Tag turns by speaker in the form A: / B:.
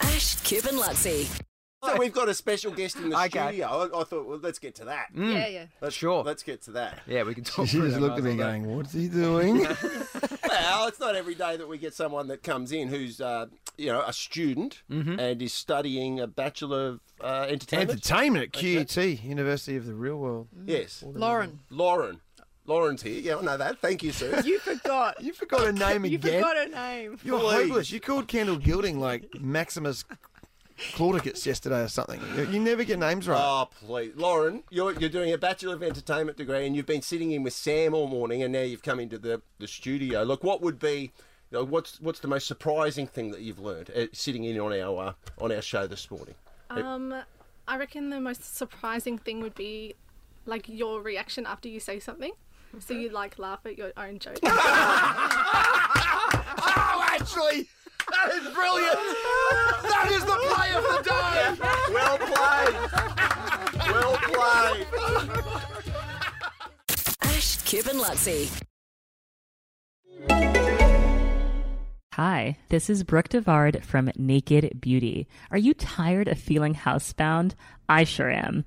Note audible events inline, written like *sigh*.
A: Ash, Kip and Luxy.
B: So we've got a special guest in the
C: Okay.
B: studio. I, I thought, well, let's get to that.
D: Yeah, yeah.
B: Let's,
C: sure.
B: Let's get to that.
C: Yeah, we can talk.
E: *laughs* She
C: through
E: just
C: that
E: looked at me
C: nice little
E: going, "What's he doing?"
B: Well, it's not every day that we get someone that comes in who's, uh, you know, a student and is studying a Bachelor of uh, Entertainment.
E: *laughs* Entertainment at QUT, University of the Real World.
B: yes.
D: Lauren,
B: Lauren. Lauren's here. Yeah, I know that. Thank you, sir.
D: you forgot.
E: You forgot her
D: *laughs*
E: name
D: you
E: again.
D: forgot her name.
E: You're
B: Please.
E: hopeless. You called Kendall Gilding like Maximus Claudicus yesterday or something. You, you never get names right.
B: Oh, please. Lauren, you're, you're doing a Bachelor of Entertainment degree and you've been sitting in with Sam all morning and now you've come into the, the studio. Look, what would be. You know, what's what's the most surprising thing that you've learned uh, sitting in on our uh, on our show this *laughs* morning?
F: Um, I reckon the most surprising thing would be like your reaction after you say something. So you like laugh at your own joke.
B: Oh, actually, that is brilliant. That is the play of the day. Well played. Well played.
A: Ash, Kip and Luxy.
G: Hi, this is Brooke Devard from Naked Beauty. Are you tired of feeling housebound? I sure am.